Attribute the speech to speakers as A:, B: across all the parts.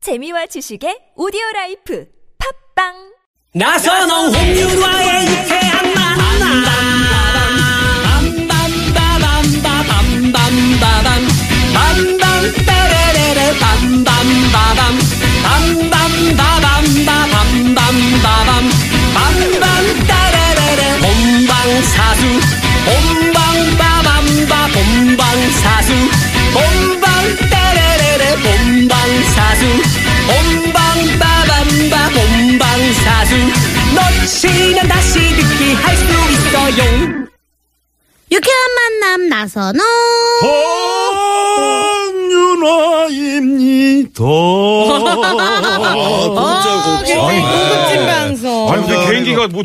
A: 재미와 지식의 오디오 라이프 팝빵
B: 나선홍 홍윤화의 유쾌한 만남 빰빰빠밤빠밤빰빰빠밤 빰빰빠라라라 빰빰빠밤 빰빰빠밤빠밤빰빰빠밤 빰빰따라라라 본방사수 본방빠밤빠 본방사수 본방따라라라 본방사수 본방빠밤빠 본방사수 놓치면 다시 듣기 할 수 있어요
C: 유쾌한 만남 나선호.
D: 황윤화입니다.
C: 어, 굉장히 고급진 방송.
E: 아니 근데
D: 감사합니다.
E: 개인기가 뭐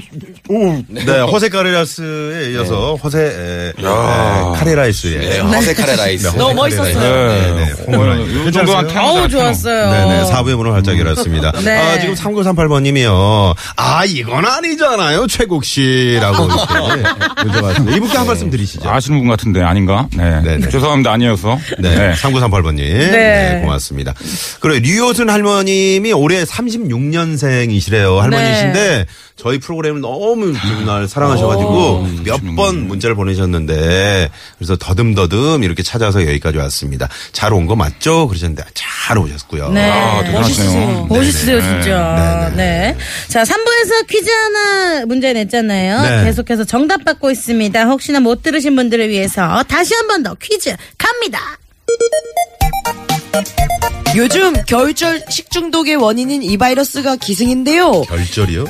E: 오,
D: 네, 호세 카레라스에 이어서 호세 에, 에, 카레라이스의 네,
F: 네. 허세 카레라이스.
D: 너무
C: 멋있었어요.
D: 네, 네, 홍윤화.
E: 이 정도 한 탕.
C: 어우 좋았어요.
D: 네네, 4부의 문을 활짝 열었습니다.
C: 네.
D: 아, 지금 3938번님이요. 아, 이건 아니잖아요, 최국씨라고. 네, 이분께 한 말씀 드리시죠.
E: 아시는 분 같은데 아닌가? 네.
D: 네네.
E: 죄송합니다 아니어서.
D: 네, 3938번님. 네. 고맙습니다. 그리고 류효순 할머님이 올해 36년생이시래요. 할머니신데 저희 프로그램을 너무 정말 사랑하셔가지고 몇 번 문자를 보내셨는데 그래서 더듬더듬 이렇게 찾아서 여기까지 왔습니다. 잘 온 거 맞죠? 그러셨는데 잘 오셨고요.
C: 네.
E: 아, 대단하시네요.
C: 멋있으세요,
E: 네네.
C: 진짜.
D: 네네.
C: 네. 자, 3부에서 퀴즈 하나 문제 냈잖아요.
D: 네.
C: 계속해서 정답 받고 있습니다. 혹시나 못 들으신 분들을 위해서 다시 한 번 더 퀴즈 갑니다.
G: 요즘 겨울철 식중독의 원인인 이 바이러스가 기승인데요.
D: 결절이요?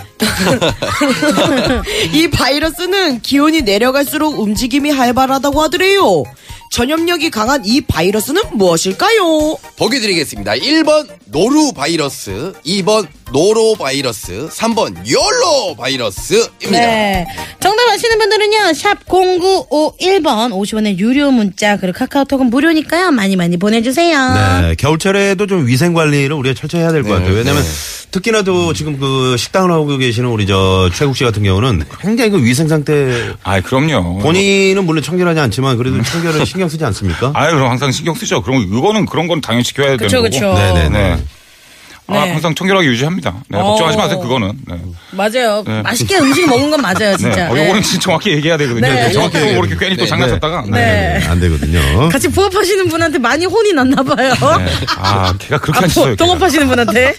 G: 이 바이러스는 기온이 내려갈수록 움직임이 활발하다고 하더래요. 전염력이 강한 이 바이러스는 무엇일까요?
F: 보기 드리겠습니다. 1번 노루 바이러스, 2번 노로 바이러스, 3번 열로 바이러스입니다.
C: 네. 정답 아시는 분들은요, 샵 0951번 50원의 유료 문자, 그리고 카카오톡은 무료니까요, 많이 많이 보내주세요.
D: 네, 겨울철에도 좀 위생 관리를 우리가 철저히 해야 될 것 같아요. 왜냐면 특히나 또 지금 그 식당을 하고 계시는 우리 저 최국 씨 같은 경우는 굉장히 그 위생 상태
H: 아이 그럼요.
E: 음.
D: 본인은 물론 청결하지 않지만 그래도 청결을 신경 쓰지 않습니까?
H: 아유 그럼 항상 신경 쓰죠. 그런 거, 이거는 그런 건 당연히 지켜야 되는
C: 그쵸,
H: 거고.
C: 그쵸.
D: 네네네.
H: 네. 아,
C: 네.
H: 항상 청결하게 유지합니다. 네, 걱정하지
C: 어.
H: 마세요. 그거는. 네.
C: 맞아요.
H: 네.
C: 맛있게 음식 먹은 건 맞아요, 진짜.
H: 네. 어,
C: 네.
H: 요거는 진짜 정확히 얘기해야 되거든요.
C: 네, 네,
H: 정확히
D: 정확히
H: 얘기해야 이렇게 괜히 또 장난쳤다가. 네.
C: 네.
D: 안 되거든요.
C: 같이 부업하시는 분한테 많이 혼이 났나 봐요.
H: 네. 아, 걔가 그렇게
C: 아,
H: 안 씻어요.
C: 부- 동업하시는 분한테.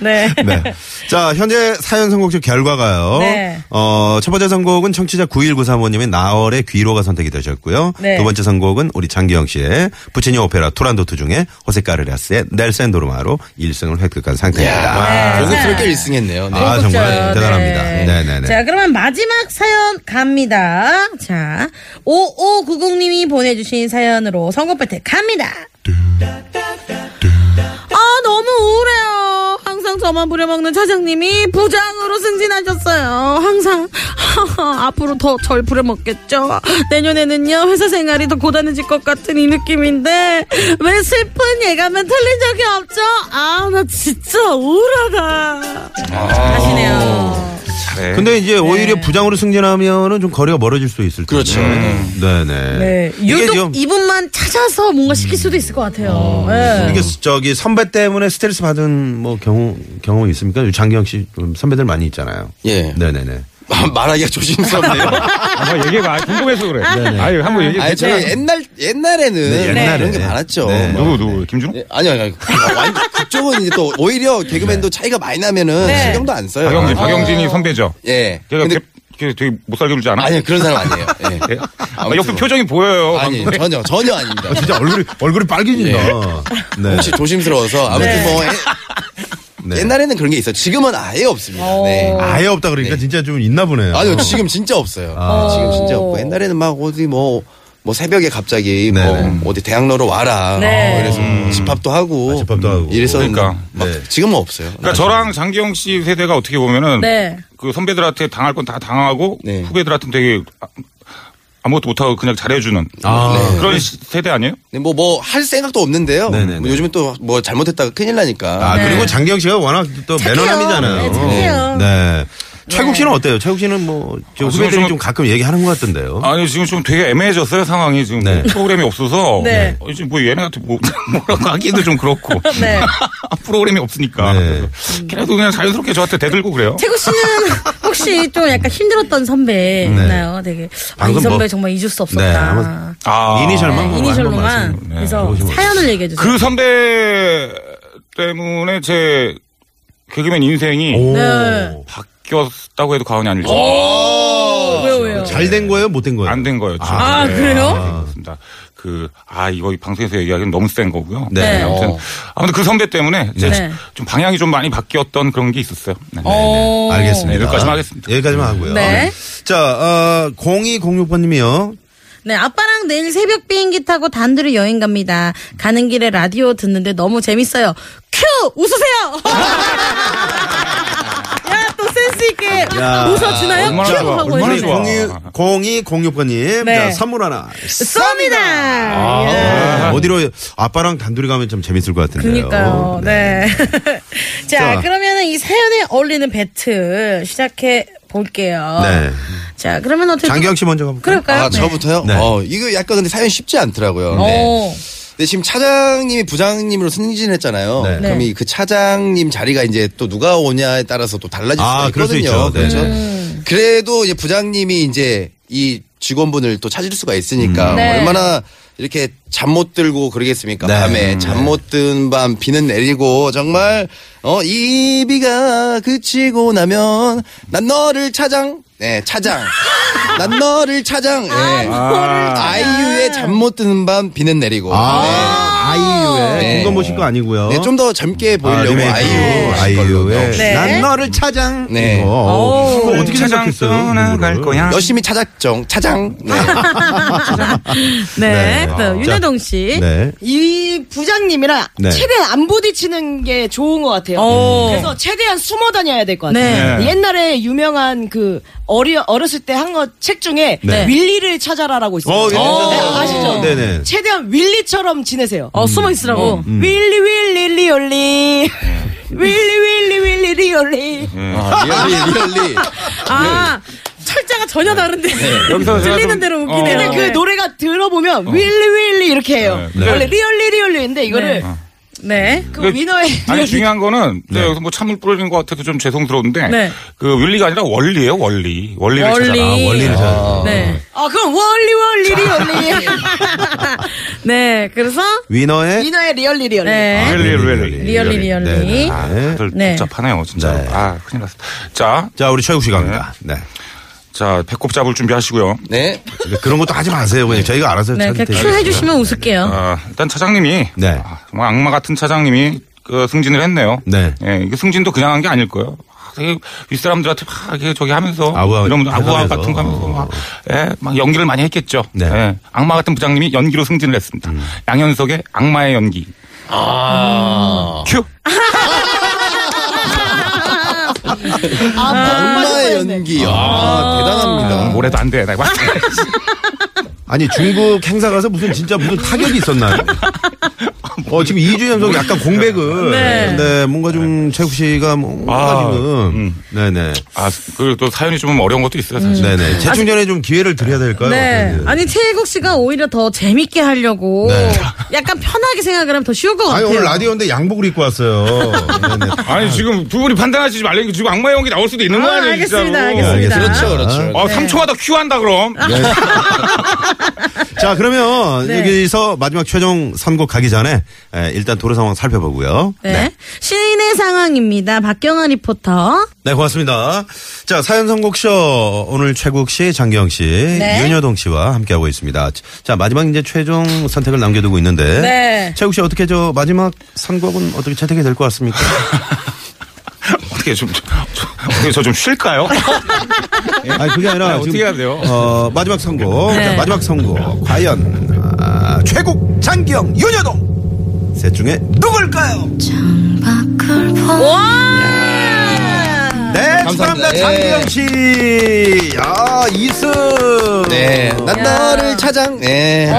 C: 네.
D: 네. 자, 현재 사연 선곡표 결과가요.
C: 네.
D: 어, 첫 번째 선곡은 청취자 9193호님의 나월의 귀로가 선택이 되셨고요.
C: 네.
D: 두 번째 선곡은 우리 장기영 씨의 부치니 오페라 투란도트 중에 호세 카르라스의 넬센 도르마로 1승을 획득한
H: 아,
D: 상태입니다.
F: 고급스럽게 1승했네요. 네.
D: 아, 정말
C: 그렇죠.
D: 대단합니다.
C: 네.
D: 네네네.
C: 자, 그러면 마지막 사연 갑니다. 자, 5590님이 보내주신 사연으로 선거배트 갑니다. 아, 너무 우울해요. 항상 저만 부려먹는 차장님이 부장으로 승진하셨어요. 항상, 앞으로 더 절 부려먹겠죠. 내년에는요, 회사 생활이 더 고단해질 것 같은 이 느낌인데, 왜 슬픈 예감은 틀린 적이 없죠? 아, 나 진짜 우울하다. 하시네요.
H: 잘해.
D: 근데 이제 오히려 부장으로 승진하면은 좀 거리가 멀어질 수 있을 텐데.
F: 그렇죠.
D: 네네.
C: 네.
D: 이게
C: 유독
D: 지금
C: 이분만 찾아서 뭔가 시킬 수도 있을 것
D: 어.
C: 같아요. 예.
D: 이게 그 저기 선배 때문에 스트레스 받은 뭐 경우 경험 있습니까? 장기영 씨 선배들 많이 있잖아요.
F: 예.
D: 네네네.
F: 아, 말하기가 조심스럽네요.
H: 아, 얘기해봐. 궁금해서 그래. 아유, 한번 얘기해.
F: 아니, 저희 옛날, 옛날에는
D: 네, 옛날에.
F: 그런 게 많았죠.
D: 네.
H: 누구,
F: 뭐.
H: 누구, 김준호?
F: 네, 아니요, 아니요. 완- 그쪽은 이제 또 오히려 개그맨도 차이가 많이 나면은
C: 네.
F: 신경도 안 써요.
H: 박영진,
E: 어?
F: 아.
H: 박영진이 선배죠.
F: 예.
H: 걔가
F: 근데-
H: 걔- 걔 되게 못 살게 굴지 않아?
F: 아니요, 그런 사람 아니에요. 예.
H: 예.
F: 아무튼
H: 옆에
F: 뭐.
H: 표정이 보여요.
F: 아니,
H: 방금.
F: 전혀, 전혀 아닙니다.
D: 진짜 얼굴이 얼굴이 빨개진다. 네.
F: 혹시 조심스러워서 아무튼 뭐 예-
D: 네.
F: 옛날에는 그런 게 있어. 요 지금은 아예 없습니다. 네.
D: 아예 없다 그러니까 진짜 좀 있나 보네요.
F: 아니요, 지금 진짜 없어요.
D: 아.
F: 지금 진짜 없고 옛날에는 막 어디 뭐. 뭐 새벽에 갑자기
D: 네네. 음.
F: 뭐 어디 대학로로 와라.
C: 네.
F: 뭐 이래서 집합도 하고
D: 아,
F: 음.
D: 집합도 하고.
F: 이랬었는데
H: 그러니까.
F: 막
D: 네.
F: 지금은 없어요.
H: 그러니까 저랑 장기영 씨 세대가 어떻게 보면은
C: 네.
H: 그 선배들한테 당할 건 다 당하고
F: 네.
H: 후배들한테는 되게 아- 아무것도 못하고 그냥 잘해주는
F: 아. 네.
H: 그런 시- 세대 아니에요?
F: 뭐 뭐 할 생각도 없는데요.
D: 네네네. 그-
F: 뭐 요즘에 또 뭐 잘못했다가 큰일 나니까.
D: 아 그리고 장기영 씨가 워낙 또
C: 착해요.
D: 매너남이잖아요.
C: 네, 착해요.
D: 네. 최국 씨는 어때요? 최국 씨는 뭐, 저
E: 아, 지금
D: 후배들이
E: 좀-
D: 좀 가끔 얘기하는 것 같던데요.
E: 아니 지금 좀 되게 애매해졌어요 상황이 지금
D: 네.
E: 뭐 프로그램이 없어서
C: 네.
E: 어, 지금 뭐 얘네한테 뭐, 뭐라고 하기도 좀 그렇고
C: 네.
E: 프로그램이 없으니까
D: 네.
E: 그래서 그래도 그냥 자연스럽게 저한테 대들고 그래요.
C: 태구 씨는 혹시 좀 약간 힘들었던 선배 있나요? 되게 아, 이
D: 네. 방금
C: 선배
D: 뭐-
C: 정말 잊을 수 없었다.
D: 네, 한번-
E: 아,
D: 이니셜만? 네,
C: 이니셜로만
D: 한번 말씀-
E: 네,
C: 그래서
D: 해보시고.
C: 사연을 얘기해 주세요.
E: 그 선배 때문에 제 개그맨 인생이
D: 오.
C: 네.
E: 바뀌었다고 해도 과언이 아닐죠.
C: 왜요 왜요?
D: 아, 잘 된 거예요? 못 된 거예요?
E: 안 된 거였죠.
C: 아, 그래요?
E: 그렇습니다. 그, 아, 이거 이 방송에서 얘기하기는 너무 센 거고요.
D: 네.
E: 아무튼, 아무튼 그 선배 때문에 제
C: 네.
E: 좀 방향이 좀 많이 바뀌었던 그런 게 있었어요. 네.
C: 어.
D: 알겠습니다.
E: 네, 여기까지만 하겠습니다.
D: 여기까지만 하고요.
C: 네.
D: 자, 어, 0206번님이요.
C: 네, 아빠랑 내일 새벽 비행기 타고 단둘이 여행 갑니다. 가는 길에 라디오 듣는데 너무 재밌어요. 큐! 웃으세요! 야, 또 센스있게
D: 야,
C: 웃어주나요?
E: 얼마나
C: 큐!
E: 좋아,
C: 하고
E: 얼마나
D: 우리
C: 해주세요.
E: 좋아.
D: 0206번님.
C: 네.
D: 자, 선물 하나.
C: 쏩니다! 예.
D: 네, 어디로, 아빠랑 단둘이 가면 참 재밌을 것 같은데요.
C: 그니까요. 네. 자,
D: 어, 자.
C: 그러면은 이 사연에 어울리는 배틀 시작해 볼게요.
D: 네.
C: 자, 그러면 어떻게.
D: 장기혁 씨 먼저 가볼까요?
C: 아, 그럴까요?
F: 아, 저부터요?
D: 네.
F: 어, 이거 약간 근데 사연 쉽지 않더라고요.
C: 네.
F: 네.
C: 오.
F: 근데 지금 차장님이 부장님으로 승진했잖아요.
D: 네.
F: 그럼
C: 네.
F: 이 그 차장님 자리가 이제 또 누가 오냐에 따라서 또 달라질
D: 아,
F: 수가
D: 그럴 수
F: 있거든요.
D: 있죠. 네.
F: 그렇죠. 그래도 이제 부장님이 이제 이 직원분을 또 찾을 수가 있으니까
C: 네.
F: 얼마나 이렇게 잠 못 들고 그러겠습니까?
D: 네.
F: 밤에 잠 못 든 밤 비는 내리고 정말 어 이 비가 그치고 나면 난 너를 차장 네 차장 난 너를 차장 예.
E: 아.
C: 아,
F: 아이유의 잠 못 드는 밤 비는 내리고
C: 아.
D: 아, 아이유의.
F: 네.
D: 네. 건 보실 거 아니고요.
F: 네, 좀 더 젊게 보이려고
D: 리메이크.
F: 아. 아, 이유
D: 아이유의
C: 네.
D: 난 너를 찾아.
F: 네.
D: 이거. 어, 그거 어떻게
E: 차장
D: 생각했어요?
E: 떠나갈
D: 그거를?
E: 거야.
F: 열심히 찾았죠 차장 네.
C: 네.
D: 네.
C: 또
D: 아.
C: 윤여동 씨.
D: 네.
G: 이 부장님이랑
D: 네.
G: 최대한 안 부딪히는 게 좋은 것 같아요.
C: 오.
D: 음.
G: 그래서 최대한 숨어 다녀야 될 것 같아요.
E: 네. 네.
G: 옛날에 유명한 그 어리, 어렸을 때 한 거 책 중에
D: 네.
G: 윌리를 찾아라라고 있어요.
D: 어, 예.
G: 네, 음, 아시죠?
D: 네네.
G: 최대한 윌리처럼 지내세요.
C: 어, 숨어 있으라고.
G: 윌리 윌리 리올리 윌리 윌리 윌리 리올리
E: 네.
D: 아.
F: 리얼리 리얼리
C: 아, 철자가 전혀 다른데.
E: 네. 여기서 제가
C: 들리는
E: 좀-
C: 대로
E: 어.
C: 웃기네요.
G: 근데 그 노래가 들어보면 윌리 윌리 이렇게 해요.
E: 네.
G: 원래 리올리 리올리인데 이거를
C: 네. 네.
G: 그 위너의
E: 아니 중요한 거는
D: 네.
E: 제가 여기서 뭐 참을 뿌려진 것 같아서 좀 죄송스러운데
C: 네.
E: 그 윤리가 아니라 원리예요 원리 원리를
C: 원리.
E: 찾아라 원리를 찾아라
C: 네.
E: 어.
G: 아 그럼 월리 월리 리올리
C: 네. 그래서
D: 위너의
G: 위너의 리올리 리올리
C: 네.
E: 아, 리얼리 리얼리
C: 리얼리 리얼리.
D: 네.
E: 아,
D: 네.
E: 다들
C: 네.
E: 복잡하네요 진짜
D: 네.
E: 아 큰일 났어 자,
D: 자, 우리 최국 씨가 합니다. 네.
E: 자 배꼽 잡을 준비하시고요
F: 네
D: 근데 그런 것도 하지 마세요. 그냥 저희가 알아서
C: 네.
D: 찾을
C: 그냥
D: 테니까.
C: 큐 해주시면 웃을게요.
E: 아, 일단 차장님이
D: 네.
E: 아, 정말 악마 같은 차장님이 그 승진을 했네요.
D: 네.
E: 예, 이게 승진도 그냥 한 게 아닐 거예요. 막 되게 윗사람들한테 막 이렇게 저기 하면서
D: 아부아
E: 이런 아부아
D: 해가면서. 어.
E: 같은 거 하면서 막, 예, 막 연기를 많이 했겠죠.
D: 네. 음.
E: 예, 악마 같은 부장님이 연기로 승진을 했습니다. 양현석의 악마의 연기. 아. 큐.
F: 악마의 연기 아 대단합니다
E: 올해도 안 돼. 나 이거
D: 아니, 중국 행사 가서 무슨 진짜 무슨 타격이 있었나요? 어, 지금 2주 연속 약간 공백을.
C: 네.
D: 네, 뭔가 좀 최국 씨가 뭔가
E: 아,
D: 지금. 네네.
E: 아, 그리고 또 사연이 좀 어려운 것도 있어요, 사실.
D: 네네. 재충전에 좀 기회를 드려야 될까요?
C: 네. 아니, 최혜국 씨가 오히려 더 재밌게 하려고 약간 편하게 생각을 하면 더 쉬울 것
D: 아니,
C: 같아요.
D: 오늘 라디오인데 양복을 입고 왔어요. 네네.
E: 아니, 지금 두 분이 판단하시지 말라니까 지금 악마의 연기 나올 수도 있는 거
C: 아,
E: 아니에요,
C: 알겠습니다.
D: 네,
E: 진짜로.
C: 알겠습니다. 네. 아.
F: 그렇죠 그렇죠
E: 어, 3초가 더 큐한다, 그럼.
D: 자, 그러면
C: 네.
D: 여기서 마지막 최종 선곡 가기 전에 에, 일단 도로 상황 살펴보고요.
C: 네. 시인의 상황입니다. 박경아 리포터.
D: 네, 고맙습니다. 자, 사연 선곡쇼 오늘 최국 씨, 장기영 씨,
C: 네.
D: 윤여동 씨와 함께하고 있습니다. 자, 마지막 이제 최종 선택을 남겨두고 있는데
C: 네.
D: 최국 씨 어떻게 저 마지막 선곡은 어떻게 채택이 될 것 같습니까?
E: 어떻게 좀, 좀 어떻게 저 좀 쉴까요?
D: 아니, 그게 아니라
E: 아니, 어떻게 해야 돼요?
D: 어, 마지막 선곡.
C: 네.
D: 자, 마지막 선곡. 과연 아, 최국, 장기영, 윤여동 셋 중에 누굴까요?
C: 와!
D: 네, 축하합니다.
F: 감사합니다.
D: 장기영 씨. 아, 이승.
F: 네, 난 너를 찾아. 네.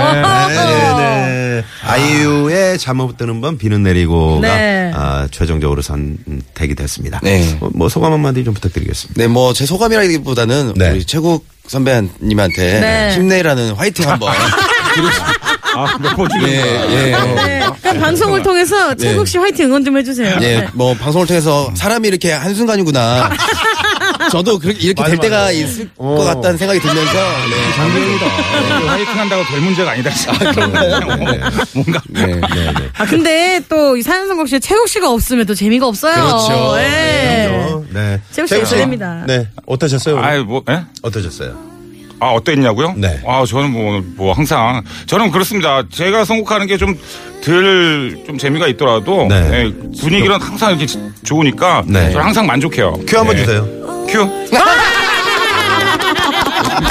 D: 네네. 아이유의 잠못 드는 밤 비는 내리고가
C: 네.
D: 아, 최종적으로 선택이 음, 됐습니다.
F: 네.
D: 어, 뭐 소감 한마디 좀 부탁드리겠습니다.
F: 네, 뭐 제 소감이라기보다는
D: 네.
F: 우리 최국 선배님한테
C: 네.
F: 힘내라는 화이팅 한번.
E: 아, 몇번
F: 예,
E: 주는 거야.
F: 예.
C: 네, 그럼 방송을 통해서 최국 씨 화이팅 응원 좀 해주세요. 네.
F: 예, 뭐 방송을 통해서 사람이 이렇게 한순간이구나. 저도 그렇게 이렇게 될 때가 있을 것 같다는 생각이 들면서 네.
E: 화이팅 한다고 될 문제가 아니다. 뭔가.
F: 네, 네, 네.
C: 아 근데 또 이 사연성국 씨 최국 씨가 없으면 또 재미가 없어요.
F: 그렇죠.
C: 예.
D: 네.
C: 최국 씨가 됩니다.
D: 네. 어떠셨어요? 오늘?
E: 아이, 뭐, 예?
D: 어떠셨어요?
E: 아, 어땠냐고요?
D: 네.
E: 아, 저는 뭐, 뭐, 항상. 저는 그렇습니다. 제가 선곡하는 게 좀, 덜, 좀 재미가 있더라도.
D: 네.
E: 예, 분위기는 항상 이렇게 지- 좋으니까.
D: 네.
E: 저는 항상 만족해요.
D: 큐 한번
E: 예.
D: 주세요.
E: 큐.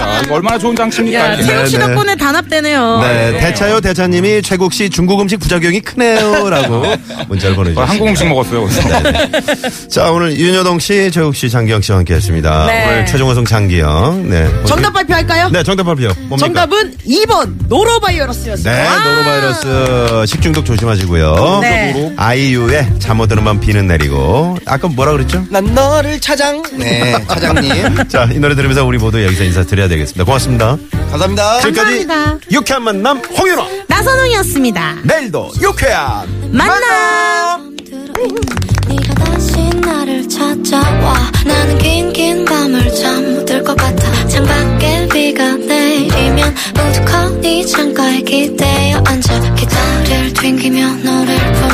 E: 아, 이거 얼마나 좋은 장치입니까?
C: 야,
E: 이게.
C: 최국 씨
D: 네, 네.
C: 덕분에 단합되네요.
D: 네, 대차요 대차님이 최국 씨 중국 음식 부작용이 크네요라고 문자를
E: 저
D: 보내주셨습니다.
E: 한국 음식 먹었어요. 그래서.
D: 자, 오늘 윤여동 씨, 최국 씨, 장기영 씨와 함께했습니다.
C: 네.
D: 오늘 최종호성 장기영. 네.
G: 정답 발표할까요?
D: 네, 정답 발표. 뭡니까?
G: 정답은 2번 노로바이러스였습니다.
D: 네, 노로바이러스 식중독 조심하시고요.
C: 네.
D: 아이유의 잠 못 드는 밤 비는 내리고. 아까 뭐라 그랬죠?
F: 난 너를 찾아. 네, 차장님.
D: 자, 이 노래 들으면서 우리 모두 여기서 인사드려야 되겠습니다. 고맙습니다.
F: 감사합니다.
D: 지금까지 유쾌한 만남 홍윤호.
C: 나선홍이었습니다.
D: 내일도 유쾌한
C: 만나.
I: 네가 다시 나를 찾아와 나는 긴 긴 밤을 잠 못 들 것 같아 창밖에 비가 내리면 우두커니 창가에 기대어 앉아 기다릴 튕기며 노래를 부르 그 음,